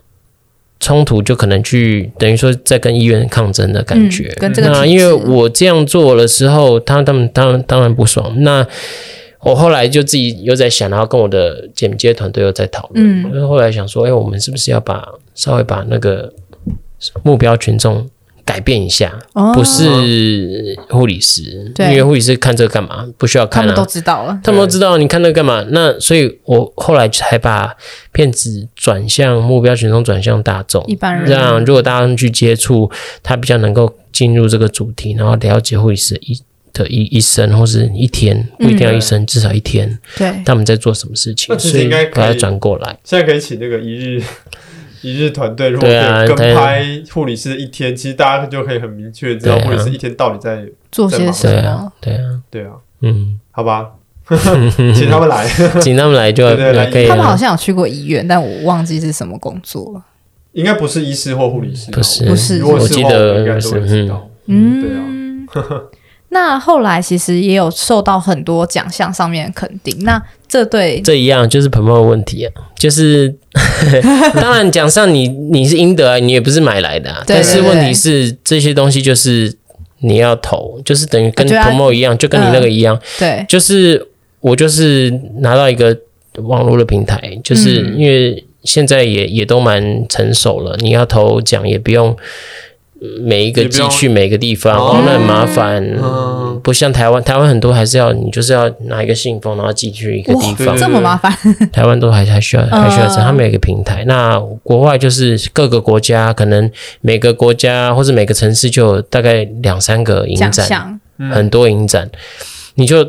C: 冲突就可能去等于说在跟医院抗争的感觉。
B: 嗯跟这个
C: 那
B: 体制
C: 因为我这样做的时候，他他们当然当然不爽。那我后来就自己又在想，然后跟我的剪接团队又在讨论。
B: 嗯
C: 就是后来想说，哎、我们是不是要把稍微把那个目标群众改变一下？
B: 哦
C: 不是护理师，
B: 对
C: 因为护理师看这个干嘛？不需要
B: 他
C: 看
B: 们都
C: 啊。
B: 知道了，
C: 他们都知道你看那个干嘛？那所以，我后来才把片子转向目标群众，转向大众，
B: 一般人
C: 让如果大家去接触，他比较能够进入这个主题，然后了解护理师的一的一一生，或是一天，不一定要一
B: 嗯
C: 生，至少一天。
B: 对
C: 他们在做什么事情
A: 那，其实
C: 所以
A: 应该可以
C: 把它转过来。
A: 现在可以请那个一日 一日团队，如果可
C: 对啊
A: 以跟
C: 对
A: 拍护理师一天，其实大家就可以很明确知道
C: 对啊
A: 护理师一天到底在
B: 做些什
C: 对
B: 么
C: 啊？，对啊，
A: 对啊，
C: 嗯，
A: 好 吧，请他们来，
C: 请他们来就
A: 对对来
C: 可以啊
B: 他们好
C: 了，
B: 像有去过医院，但我忘记是什么工作了。
A: 应该不是医师或护理师吧，
C: 不是
B: 不是
A: 如果
B: 我
A: 是
C: 记
A: 的话
C: 得
A: 我应该都
C: 是
A: 会知道，对啊。
B: 嗯， 那后来其实也有受到很多奖项上面的肯定。那这对
C: 这一样就是 promo 的问题啊，就是 当然讲上你你是应得啊，你也不是买来的、啊，
B: 对
C: 但是问
B: 对
C: 题是这些东西就是你要投，就是等于跟
B: 我觉得它
C: promo 一样，就跟你那个一样，
B: 对
C: 就是我就是拿到一个网络的平台，就是
A: 嗯
C: 因为现在也也都蛮成熟了，你要投奖也不用呃每一个
A: 也不
C: 寄
A: 用
C: 去每个地方，
A: 哦
C: 那很麻烦。
A: 嗯
C: 不像台湾，台湾很多还是要你就是要拿一个信封，然后寄去一个地
A: 对
C: 方
A: 对。
B: 这么麻烦，
C: 台湾都还还需要还需要这样，
B: 嗯
C: 他们有一个平台。那国外就是各个国家，可能每个国家或者每个城市就有大概两三个影
B: 奖
C: 展，
B: 项
A: 嗯
C: 很多影展，你就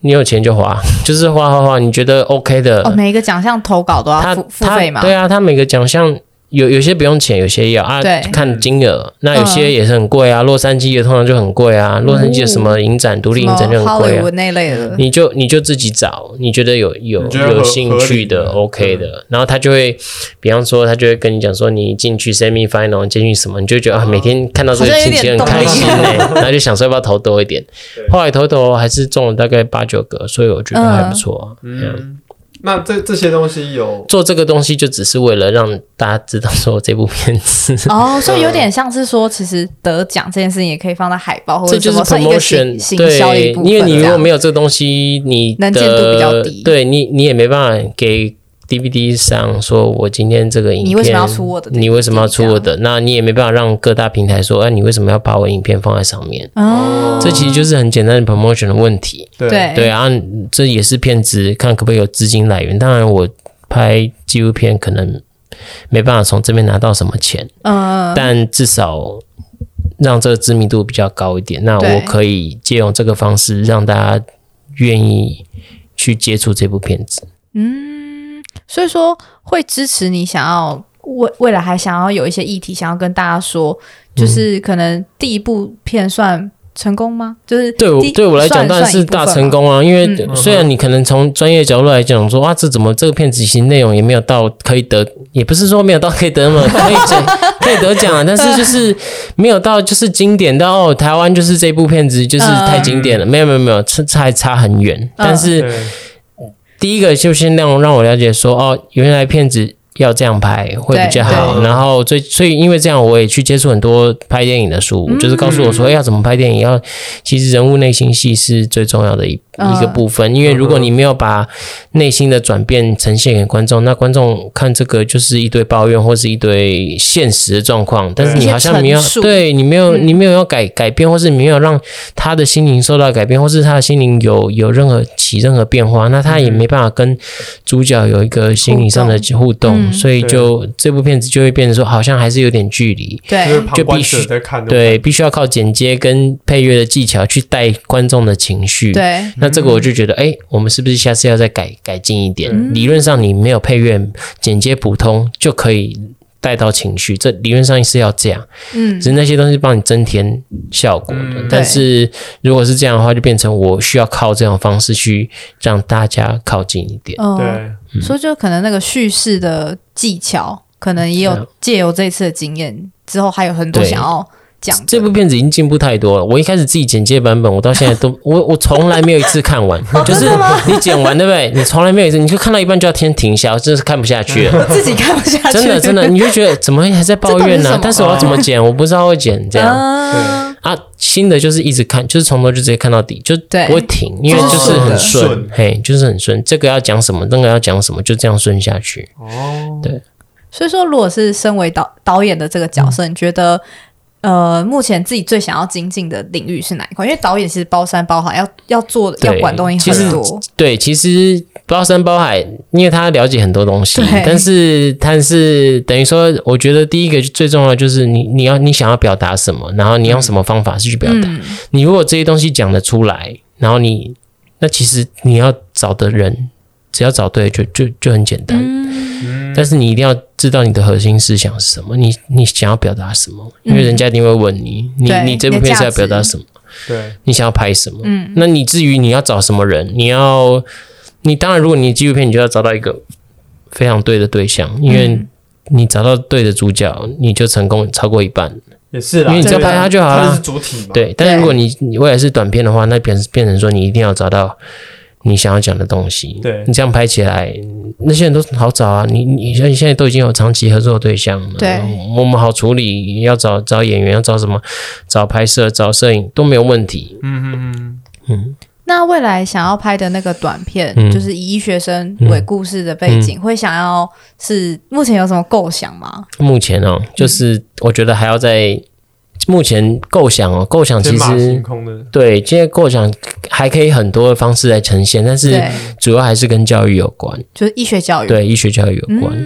C: 你有钱就花， 就是花花花，你觉得 OK 的，
B: 哦哦，每一个奖项投稿都要
C: 他
B: 付付
C: 他
B: 费嘛？
C: 对啊，他每个奖项有有些不用钱，有些要啊
B: 对，嗯
C: 看金额。那有些也是很贵啊，洛杉矶的通常就很贵啊，洛杉矶的什
B: 哦
C: 么影展、独立影展就很贵啊。
B: Hollywood 那类的，
C: 你就你就自己找，你觉得有有
A: 你觉得合
C: 有兴趣
A: 合
C: 的
A: 理的嗯
C: OK 的，然后他就会，比方说他就会跟你讲说，你进去 semi final，你进去什么，你就觉得啊，
A: 哦
C: 每天看到这个
B: 好像有
C: 情
B: 点
C: 节很
B: 动
C: 开
B: 力
C: 心哎、然后就想说要不要投多一点， 后来投投还是中了大概八九个，所以我觉得还不错啊、嗯
A: 嗯，那这这些东西有
C: 做这个东西就只是为了让大家知道说这部片子，
B: 哦，所以有点像是说，其实得奖这件事情也可以放到海报或
C: 这
B: 者
C: 就
B: 什
C: 是
B: 么算一个行
C: promotion
B: 行销的一
C: 对
B: 部，分
C: 因为你如果没
B: 有
C: 有这个东西，你的
B: 能见度比较低
C: 对你你也没办法给 DVD 上说我今天这个影片，
B: 你为什么要出我的
C: 你为什么要出我
B: DVD 这
C: 的？那你也没办法让各大平台说，哎、你为什么要把我影片放在上面？
B: 哦，哎
C: 这其实就是很简单的 promotion 的问题。
A: 对
B: 对
C: 对啊，这也是片子，看可不可以有资金来源。当然，我拍纪录片可能没办法从这边拿到什么钱，
B: 嗯，
C: 但至少让这个知名度比较高一点。那
B: 对
C: 我可以借用这个方式，让大家愿意去接触这部片子。
B: 嗯所以说会支持你想要未未来还想要有一些议题想要跟大家说，
C: 嗯
B: 就是可能第一部片算成功吗？就是
C: 对我
B: 第
C: 对我来讲，
B: 算
C: 当然是大成。功啊！因
B: 嗯
C: 为虽然你可能从专业角度来讲说，哇，啊这怎么这个片子其实内容也没有到可以得，也不是说没有到可以得嘛，可以得 可以得奖啊，但是就是没有到就是经典到哦，台湾就是这部片子就是太经典了，
B: 嗯
C: 没有没有没有，差差差很远。但是
A: 对
C: 第一个就先让让我了解说哦，原来片子。要这样拍会比较好，
A: 对
C: 然后最所以因为这样，我也去接触很多拍电影的书，
B: 嗯
C: 就是告诉我说，哎，要怎么拍电影，要其实人物内心戏是最重要的一、
B: 嗯
C: 一个部分，因为如果你没有把内心的转变呈现给观众，那观众看这个就是一堆抱怨或是一堆现实的状况，但是
B: 一
C: 你
B: 些
C: 好像没有
B: 陈述嗯
C: 对你没有你没有要改改变，或是你没有让他的心灵受到改变，或是他的心灵有有任何起任何变化，那他也没办法跟主角有一个心理上的互动，
B: 嗯
C: 所以就这部片子就会变成说好像还是有点距离，
A: 就是
B: 对，
A: 旁观
C: 就必
A: 者
C: 须
A: 在看的，
C: 对，必须要靠剪接跟配乐的技巧去带观众的情绪，
B: 对，
C: 那这个我就觉得，哎、我们是不是下次要再改改进一点？
B: 嗯
C: 理论上你没有配乐，剪接普通就可以带到情绪，这理论上是要这样。
B: 嗯
C: 只，是那些东西帮你增添效果的。但是如果是这样的话，就变成我需要靠这种方式去让大家靠近一点。
B: 哦、
A: 对，
B: 所以就可能那个叙事的技巧，可能也
C: 对
B: 有借由这一次的经验，之后还有很多
C: 对
B: 想要讲的。
C: 这部片子已经进步太多了。我一开始自己剪接版本，我到现在都我我从来没有一次看完，
B: 哦
C: 就是你剪完对不对？你从来没有一次，你就看到一半就要先停下，我真的是看不下去 了。
B: 自己看不下去，
C: 真的真的，你就觉得怎么还在抱怨
B: 这到底
C: 呢、
B: 是什么
C: 但是我要怎么剪，我不知道会剪这样
B: 啊，
C: 啊。新的就是一直看，就是从头就直接看到底，就
B: 对
C: 不会停，因为就是很
A: 就是顺
C: 顺
A: 的，
C: 嘿，就是很顺。这个要讲什么，那个要讲什么，就这样顺下去。
A: 哦，
B: 所以说，如果是身为导导演的这个角
C: 嗯
B: 色，你觉得呃，目前自己最想要精进的领域是哪一块？因为导演其实包山包海，要要做的
C: 对
B: 要管东西很多，
C: 对，其实包山包海，因为他了解很多东西
B: 对，
C: 但是但是等于说，我觉得第一个最重要的就是你你要你想要表达什么，然后你用什么方法是去表达。
B: 嗯，
C: 你如果这些东西讲得出来，然后你那其实你要找的人，只要找对就就就很简单。但是你一定要知道你的核心思想是什么，你你想要表达什么，因为人家一定会问你，你
B: 对
C: 你这部
B: 你的
C: 片是
B: 价
C: 要表达
B: 值
C: 什么，
A: 对，
C: 你想要拍什么。嗯，那你至于你要找什么人，你要你当然如果你纪录片，你就要找到一个非常对的对象，因为
B: 嗯
C: 你找到对的主角，你就成功超过一半。
A: 也是啦，
C: 因为你
B: 只要
A: 对啊
B: 拍
C: 它就好啦
A: 它就是主体嘛，
C: 对，但是如果你你未来是短片的话，那变变成说你一定要找到你想要讲的东西。
A: 对嗯
C: 你这样拍起来，那些人都好找啊。你你像你现在都已经有长期合作对象了，
B: 对
C: 我们好处理，要找找演员，要找什么，找拍摄，找摄影都没有问题。
A: 嗯
B: 那未来想要拍的那个短片，
C: 嗯
B: 就是以医学生为故事的背景，会想要是目前有什么构想吗？
C: 目前哦，就是我觉得还要在目前构想哦，构想
A: 天
C: 其
A: 马
C: 实
A: 行空的，
C: 对，现在构想还可以很多的方式来呈现，但是
B: 对，
C: 主要还是跟教育有关。
B: 就是医学教育，嗯
C: 对医学教育有关。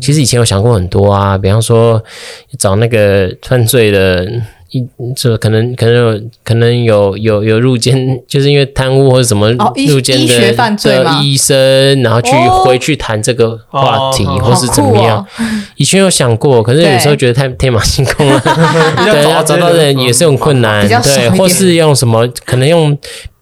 C: 其实以前有想过很多啊，比方说找那个犯罪的一这可能可能有可能有有有入监， 就是因为贪污或者什么
B: 哦医
C: 入监
B: 医
C: 的
B: 学犯罪
C: 的
B: 吗
C: 医生，然后去
B: 哦
C: 回去谈这个话题，
A: 哦
C: 或是怎么样。
B: 好酷哦
C: 以前有想过，可是有时候觉得太天马行空了，
A: 比较
C: 对，要
A: 这
C: 找到
A: 个
C: 人也是很困难，
D: 比较少一
C: 对，
D: 点
C: 或是用什么可能用。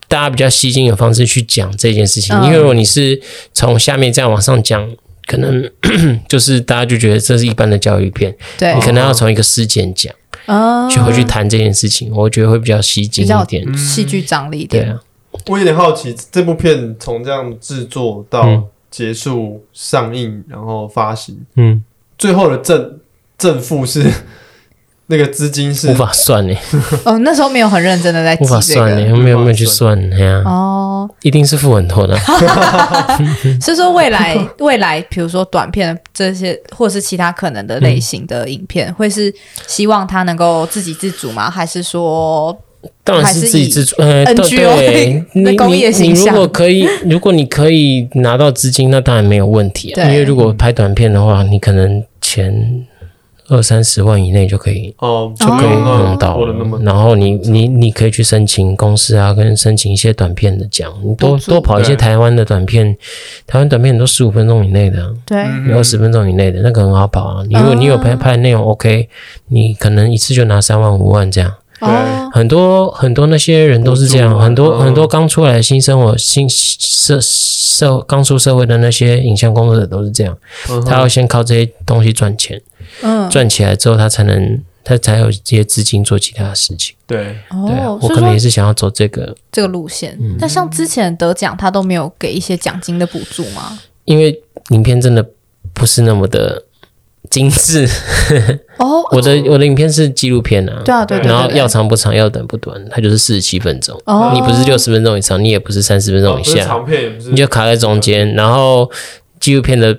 C: 大家比较吸睛的方式去讲这件事情，
B: 嗯
C: 因为如果你是从下面再往上讲，可能 就是大家就觉得这是一般的教育片，
B: 对
C: 你，可能要从一个事件讲，
B: 嗯，
C: 去回去谈这件事情，我觉得会比较吸
B: 比
C: 睛一
B: 较嗯
C: 点。
B: 戏剧张力一
C: 对
B: 点。
C: 啊，
A: 我有点好奇，这部片从这样制作到结束上映，然后发行，
C: 嗯，
A: 最后的正正负是 那个资金是
C: 无法算呢，
B: 哦，那时候没有很认真的在
C: 无
B: 记
C: 法
B: 这
C: 算呢，
B: 个。
C: 没有没有去算，哎呀，
B: 哦，
C: 一定是付很多的。
B: 是说未 来未来，比如说短片这些，或是其他可能的类型的影片，会是希望它能够自给自足吗？还是说
C: 当然是自己制作，呃，
B: NGO
C: 对，
B: 的
C: 你你
B: 工业形
C: 你如
B: 象
C: 果可以，如果你可以拿到资金，那当然没有问题啊。
B: 对
C: 因为如果拍短片的话，你可能前二三十万以内就可以
A: 哦，
B: 就
C: 可以
B: 没有
C: 弄到
A: 我的那么
C: 了，然后你你你可以去申请公司啊，跟申请一些短片的奖，你多
B: 补助
C: 多跑一些
A: 对
C: 台湾的短片，台湾短片都十五分钟以内的啊、
B: 对？
A: 嗯
C: 二十分钟以内的那个很好跑啊。你如果你有
B: 哦
C: 拍拍的内容 OK，你可能一次就拿三万五万这样。
B: 哦，
C: 很多很多那些人都是这样，
A: 补助啊
C: 很多
A: 嗯
C: 很多刚出来新生活新社社刚出社会的那些影像工作者都是这样，
A: 嗯哼
C: 他要先靠这些东西赚钱，
B: 嗯，
C: 赚起来之后他才能他才有这些资金做其他的事情。
A: 对，
C: 对啊，
B: 哦，
C: 我
B: 所以
C: 可能也
B: 说
C: 是嗯想要走这个，
B: 这个路线。但像之前得奖，他都没有给一些奖金的补助吗？
C: 因为影片真的不是那么的精致，
B: 哦，
C: 我的我的影片是纪录片啊，
B: 对啊，对对对，
C: 然后
B: 对
C: 要长不长，要短不短，它就是四十七分钟。
B: 哦，
C: 你不是六十分钟以上，你也不是三十分
A: 哦
C: 钟以
A: 不是
C: 下，
A: 长片也不是
C: 你就卡在中
A: 啊
C: 间。然后纪录片的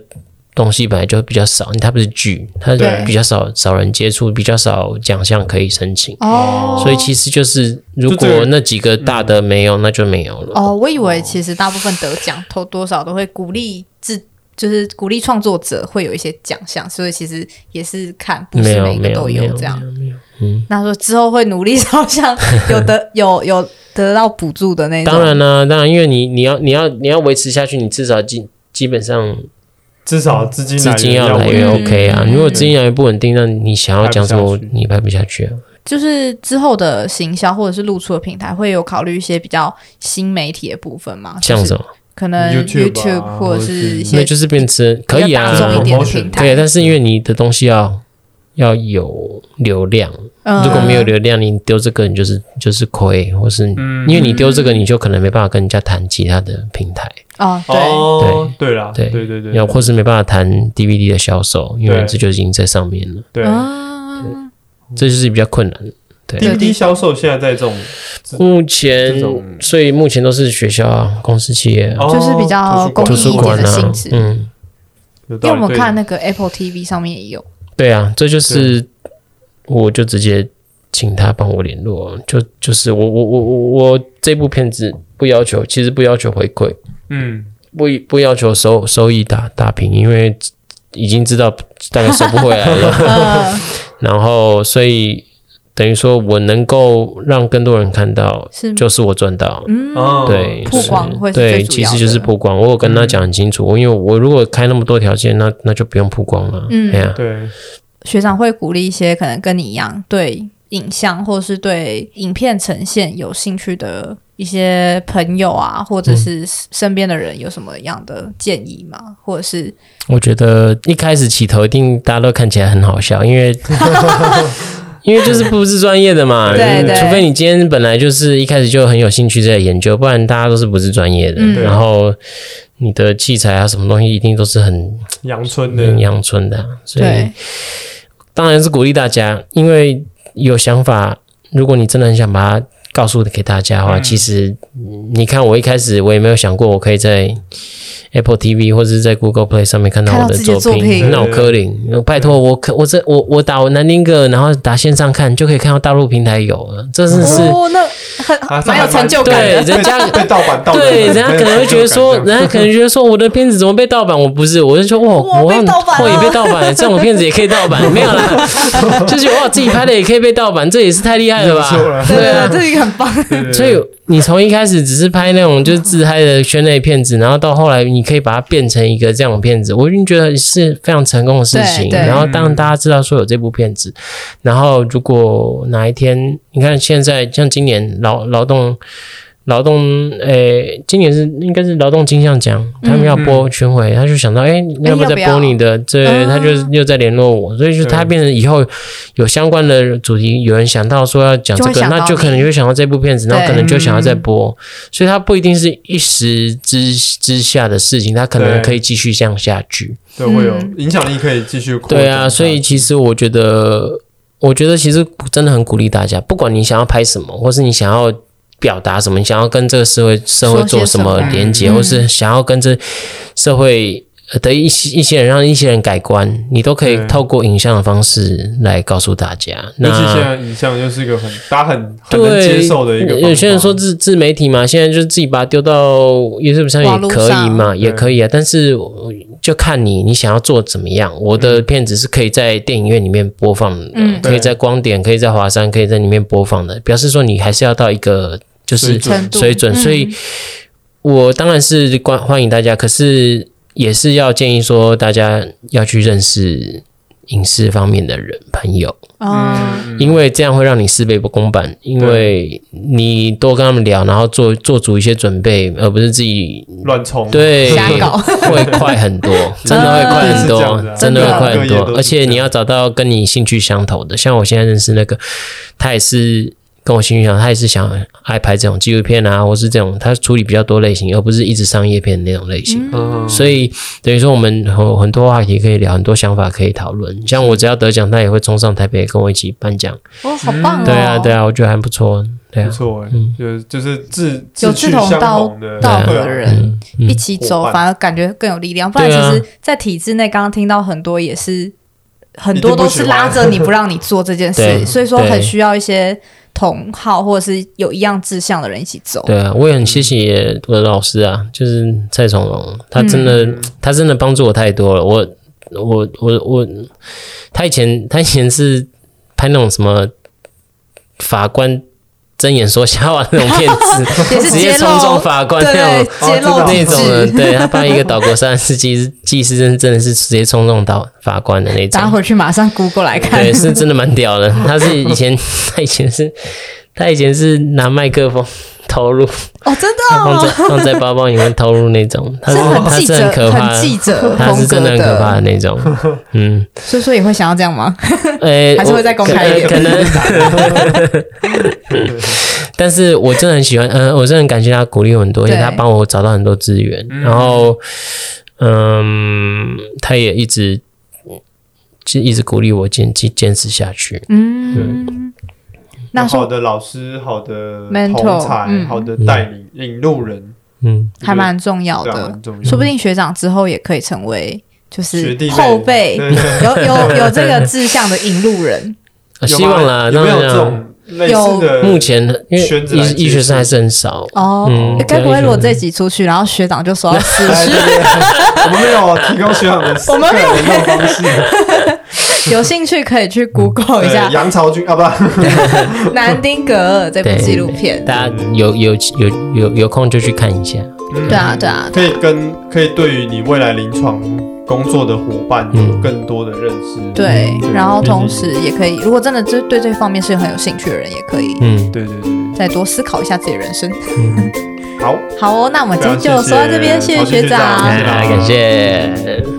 C: 东西本来就比较少，它不是剧，它
B: 对
C: 比较少少人接触，比较少奖项可以申请，
B: 哦，
C: 所以其实就是如
A: 就这
C: 果
A: 个
C: 那几个大的没有，那就没有了。
B: 哦，我以为其实大部分得奖都多少都会鼓励自，就是鼓励创作者会有一些奖项，所以其实也是看，不
C: 没
B: 是
C: 有
B: 每
C: 没
B: 个
C: 有
B: 都
C: 没有
B: 这样。
C: 没有嗯，
B: 那说之后会努力朝向有 得有有得到补助的那种。
C: 当然啦、当然，因为你你要你要你要维持下去，你至少基基本上
A: 至少资金
C: 资金
A: 源
C: 要来源
B: 稳定
C: OK 啊。
B: 嗯
C: 如果资金来源不稳定，那你想要讲什
A: 拍不
C: 么
A: 下去，
C: 你拍不下
B: 哦
C: 去啊。
B: 就是之后的行销或者是露出的平台，会有考虑一些比较新媒体的部分吗？
C: 像什
B: 就是
C: 么？
B: 可能
A: YouTube 啊
B: YouTube 或者是一
C: 那
B: 些
C: 就是变成可以啊，
B: 比较大众一点的
A: promotion
B: 平台。
C: 对，但是因为你的东西要要有流量，
B: 嗯
C: 如果没有流量，你丢这个你就是就是亏，或是
A: 嗯
C: 因为你丢这个，你就可能没办法跟人家谈其他的平台，
B: 哦，对，
A: 哦，对啦，
C: 对
A: 对对对，
C: 要或是没办法谈 DVD 的销售，因为
A: 对
C: 这就已经在上面了，
A: 对
B: 啊，
C: 这就是比较困难。对，
A: DVD 销售现在在这种
C: 嗯目
A: 这
C: 前
A: 种
C: 所以目前都是学校啊、公司、企业啊、
A: 哦
B: 就是比较
A: 图书
C: 图
B: 公
C: 书
B: 益一
A: 馆
B: 点
C: 馆
B: 的性
C: 啊
B: 质，
C: 嗯，
A: 有道
B: 因为
A: 理
B: 我们
A: 对
B: 看那个 Apple TV 上面也有。
C: 对啊，这就是我就直接请他帮我联络，就就是我我我我我这部片子不要求，其实不要求回馈，
A: 嗯，
C: 不不要求收收益打打平，因为已经知道大概收不回来 了，
B: 嗯，
C: 然后所以等于说我能够让更多人看到，
B: 是
C: 就是我赚到。
B: 嗯
A: 哦
C: 对，
B: 曝光
C: 是
B: 会是
C: 对，
B: 最主
C: 其
B: 要
C: 实就
B: 的
C: 是曝光。我有跟他讲很清楚，因为我如果开那么多条件，那那就不用曝光了。
B: 嗯
C: 哎 呀，
A: 对，
B: 学长会鼓励一些可能跟你一样对影像或是对影片呈现有兴趣的一些朋友啊，或者
C: 嗯
B: 是身边的人有什么样的建议吗？或者是
C: 我觉得一开始起头一定大家都看起来很好笑，因为 因为就是不是专业的嘛，
B: 对
C: 你
B: 对
C: 除非你今天本来就是一开始就很有兴趣在研究，不然大家都是不是专业的，
B: 嗯
C: 然后你的器材啊什么东西一定都是很
A: 阳春的
C: 很阳春的啊、所以
B: 对，
C: 当然是鼓励大家，因为有想法，如果你真的很想把它告诉给大家的话，其实嗯你看我一开始我也没有想过我可以在 Apple TV 或者是在 Google Play 上面看到
B: 看
C: 我
B: 到
C: 的
B: 自己的作
C: 作品，
B: 品
C: 那我柯林，拜托我可我这我我打南丁格，然后打线上看就可以看到大陆平台有了，这真的是。
B: 哦，那很
A: 啊这
B: 蛮有
A: 还蛮
B: 成就感
A: 被
C: 对
B: 的。
C: 人家
A: 被盗版盗的，
C: 对，人家可能会觉得说，
A: 没有
C: 人家可能觉得说我的片子怎么被盗版？我不是，我是说哇，
B: 我被盗版了
C: 我也被盗版了，这种片子也可以盗版，没有啦， 就是哇，自己拍的也可以被盗版，这也是太厉害了
A: 优秀
C: 吧
A: 了？
C: 对啊，
B: 这是一个很棒。
A: 感觉
C: 所以你从一开始只是拍那种就是自嗨的圈内片子，然后到后来你可以把它变成一个这样的片子，我已经觉得是非常成功的事情。
B: 对对
C: 然后当大家知道说有这部片子，然后如果哪一天你看现在像今年劳劳动。劳动，诶、今年是应该是劳动金像奖，他们要播巡回，他就想到，诶、要不要再
B: 要不要
C: 播你的？这、
B: 嗯
C: 他就又在联络我，所以就他
A: 对
C: 变成以后有相关的主题，有人想到说要讲这
B: 就会
C: 个，
B: 想到
C: 那就可能就会想到这部片子，然后
B: 对嗯
C: 可能就想要再播，所以它不一定是一时之之下的事情，它可能
A: 对
C: 可以继续这样下去。
A: 对会有
B: 嗯
A: 影响力，可以继续扩展
C: 对啊，所以其实我觉得，我觉得其实真的很鼓励大家，不管你想要拍什么，或是你想要。表达什么？你想要跟这个社会社会
B: 说些
C: 做什么
B: 什么
C: 连接，
B: 嗯
C: 或是想要跟这社会呃的一些一些人让一些人改观，你都可以
A: 对
C: 透过影像的方式来告诉大家。那
A: 尤其现在影像就是一个很大家很很能
C: 对，
A: 接受的一个方法，嗯
C: 有些人说自自媒体嘛，现在就是自己把它丢到 YouTube 上
B: 网
C: 也
B: 络
C: 可以嘛，
B: 上
C: 也可以啊。但是我就看你你想要做怎么样。我的片子是可以在电影院里面播放的，
B: 嗯
C: 可以在光点，可以在华山，可以在里面播放的，表示说你还是要到一个就
A: 水
C: 是
A: 准
B: 程度
C: 水准，
B: 嗯
C: 所以我当然是欢欢迎大家，可是也是要建议说大家要去认识影视方面的人朋友。
B: 嗯，
A: 嗯，嗯
C: 因为这样会让你事倍功半，因为你多跟他们聊，然后做做足一些准备，而不是自己
A: 乱冲，
C: 对
B: 哦瞎 搞
C: 会快很多，嗯 真的会快很
A: 是这样子
C: 多
A: 啊，
C: 真的会快很
A: 各业都
C: 多。
A: 是
C: 而且你要找到跟你兴趣相投的，像我现在认识那个，他也是跟我兴趣相投，他也是想爱拍这种纪录片啊，或是这种他处理比较多类型，而不是一直商业片那种类型。
A: 嗯，
C: 所以等于说我们很很多话题可以聊，很多想法可以讨论。像我只要得奖，他也会冲上台北跟我一起颁奖。
B: 哇，好棒哦！
C: 对啊，对啊，我觉得还不错。对
A: 不
C: 啊，
A: 错哎
C: 嗯，
A: 就是就是志
B: 有
A: 志趣
B: 志同
A: 相
B: 道
A: 同的
B: 道
A: 对
B: 合
A: 啊
B: 的人
C: 嗯嗯
B: 一起走，
A: 伙伴
B: 反而感觉更有力量。不然，
C: 对啊
B: 其实，在体制内，刚刚听到很多也是很多
A: 一定
B: 都
A: 不喜
B: 是
A: 欢
B: 拉着你不让你做这件
C: 对
B: 事，所以说
C: 对
B: 很需要一些同好或者是有一样志向的人一起走。
C: 对啊，我也很谢谢我的老师啊，就是蔡崇龙，他真的、
B: 嗯
C: 他真的帮助我太多了。我我我我，他以前他以前是拍那种什么法官睁眼说瞎话那种片子，
B: 也是
C: 直接
B: 揭露
C: 冲撞法官那种
B: 对，揭露
A: 哦
C: 那
B: 体
C: 种的，
B: 制，
C: 对他拍一个岛国三十技技师，真真的是直接冲撞到法官的那种
B: 大家。回去马上 Google 来看
C: 对，。是真的蛮屌的。他是以前， 他以前是，他以前是拿麦克风投入，
B: 哦，真的
C: 放在
B: 哦，
C: 放在包包里面投入那种，他
B: 是
C: 是
B: 很
C: 他
B: 记
C: 是
B: 者，
C: 很可怕
B: 很记
C: 的，
B: 者
C: 他是
B: 风
C: 真
B: 格
C: 的很可怕的
B: 的，
C: 那种。 嗯，
B: 所以说也会想要这样吗？
C: 呃，
B: 还是
C: 我
B: 会再公
C: 可
B: 开一点
C: 可能， 但是我真的很喜欢，嗯、我真的很感谢他鼓励我很多，而且
B: 对
C: 他帮我找到很多资源，然后，嗯，他也一直。就一直鼓励我坚坚坚持下去，
B: 嗯，那
A: 好
B: 说
A: 的老师，好的
B: Mentor，
A: 同才，
B: 嗯
A: 好的带领引路人，
C: 嗯，
B: 还蛮重要
A: 这样
B: 的。
A: 很重要。
B: 说不定学长之后也可以成为就
A: 学
B: 是
A: 弟妹
B: 后辈，
A: 对对
B: 有有有这个志向的引路人。
C: 呃
A: 有吗
C: 希望啦，
A: 有
C: 当
A: 没有这
C: 然啦。
A: 种类似的？
C: 目前因为
A: 呃圈子来接触
C: 医医学生还是很少，
B: 哦
C: 嗯，
B: 该不
C: 对
B: 会如果这集出去，然后学长就说要 辞
A: 哎
B: 职？
A: 对对对我们没有啊提供学长的
B: 我 们没有
A: 个人的方式。
B: 有兴趣可以去 Google 一
A: 对
B: 下
A: 杨朝军啊，不，
B: 《南丁格尔》这部
C: 对
B: 纪录片。
C: 大家
A: 嗯
C: 有有有有有空就去看一下。
B: 对啊，对啊，
A: 可以跟可以对于你未来临床工作的伙伴有
C: 嗯
A: 更多的认识。
B: 对。然后同时也可以，如果真的就对这方面是很有兴趣的人，也可以
C: 嗯，
A: 对，对对对
B: 再多思考一下自己的人生。
A: 对，好。
B: 好哦，那我们今天
A: 非常
B: 就
A: 谢谢
B: 说到这边，谢
A: 曹
B: 谢
A: 军
B: 学
A: 学长
B: 长
A: 谢谢。
C: 啊啊感谢。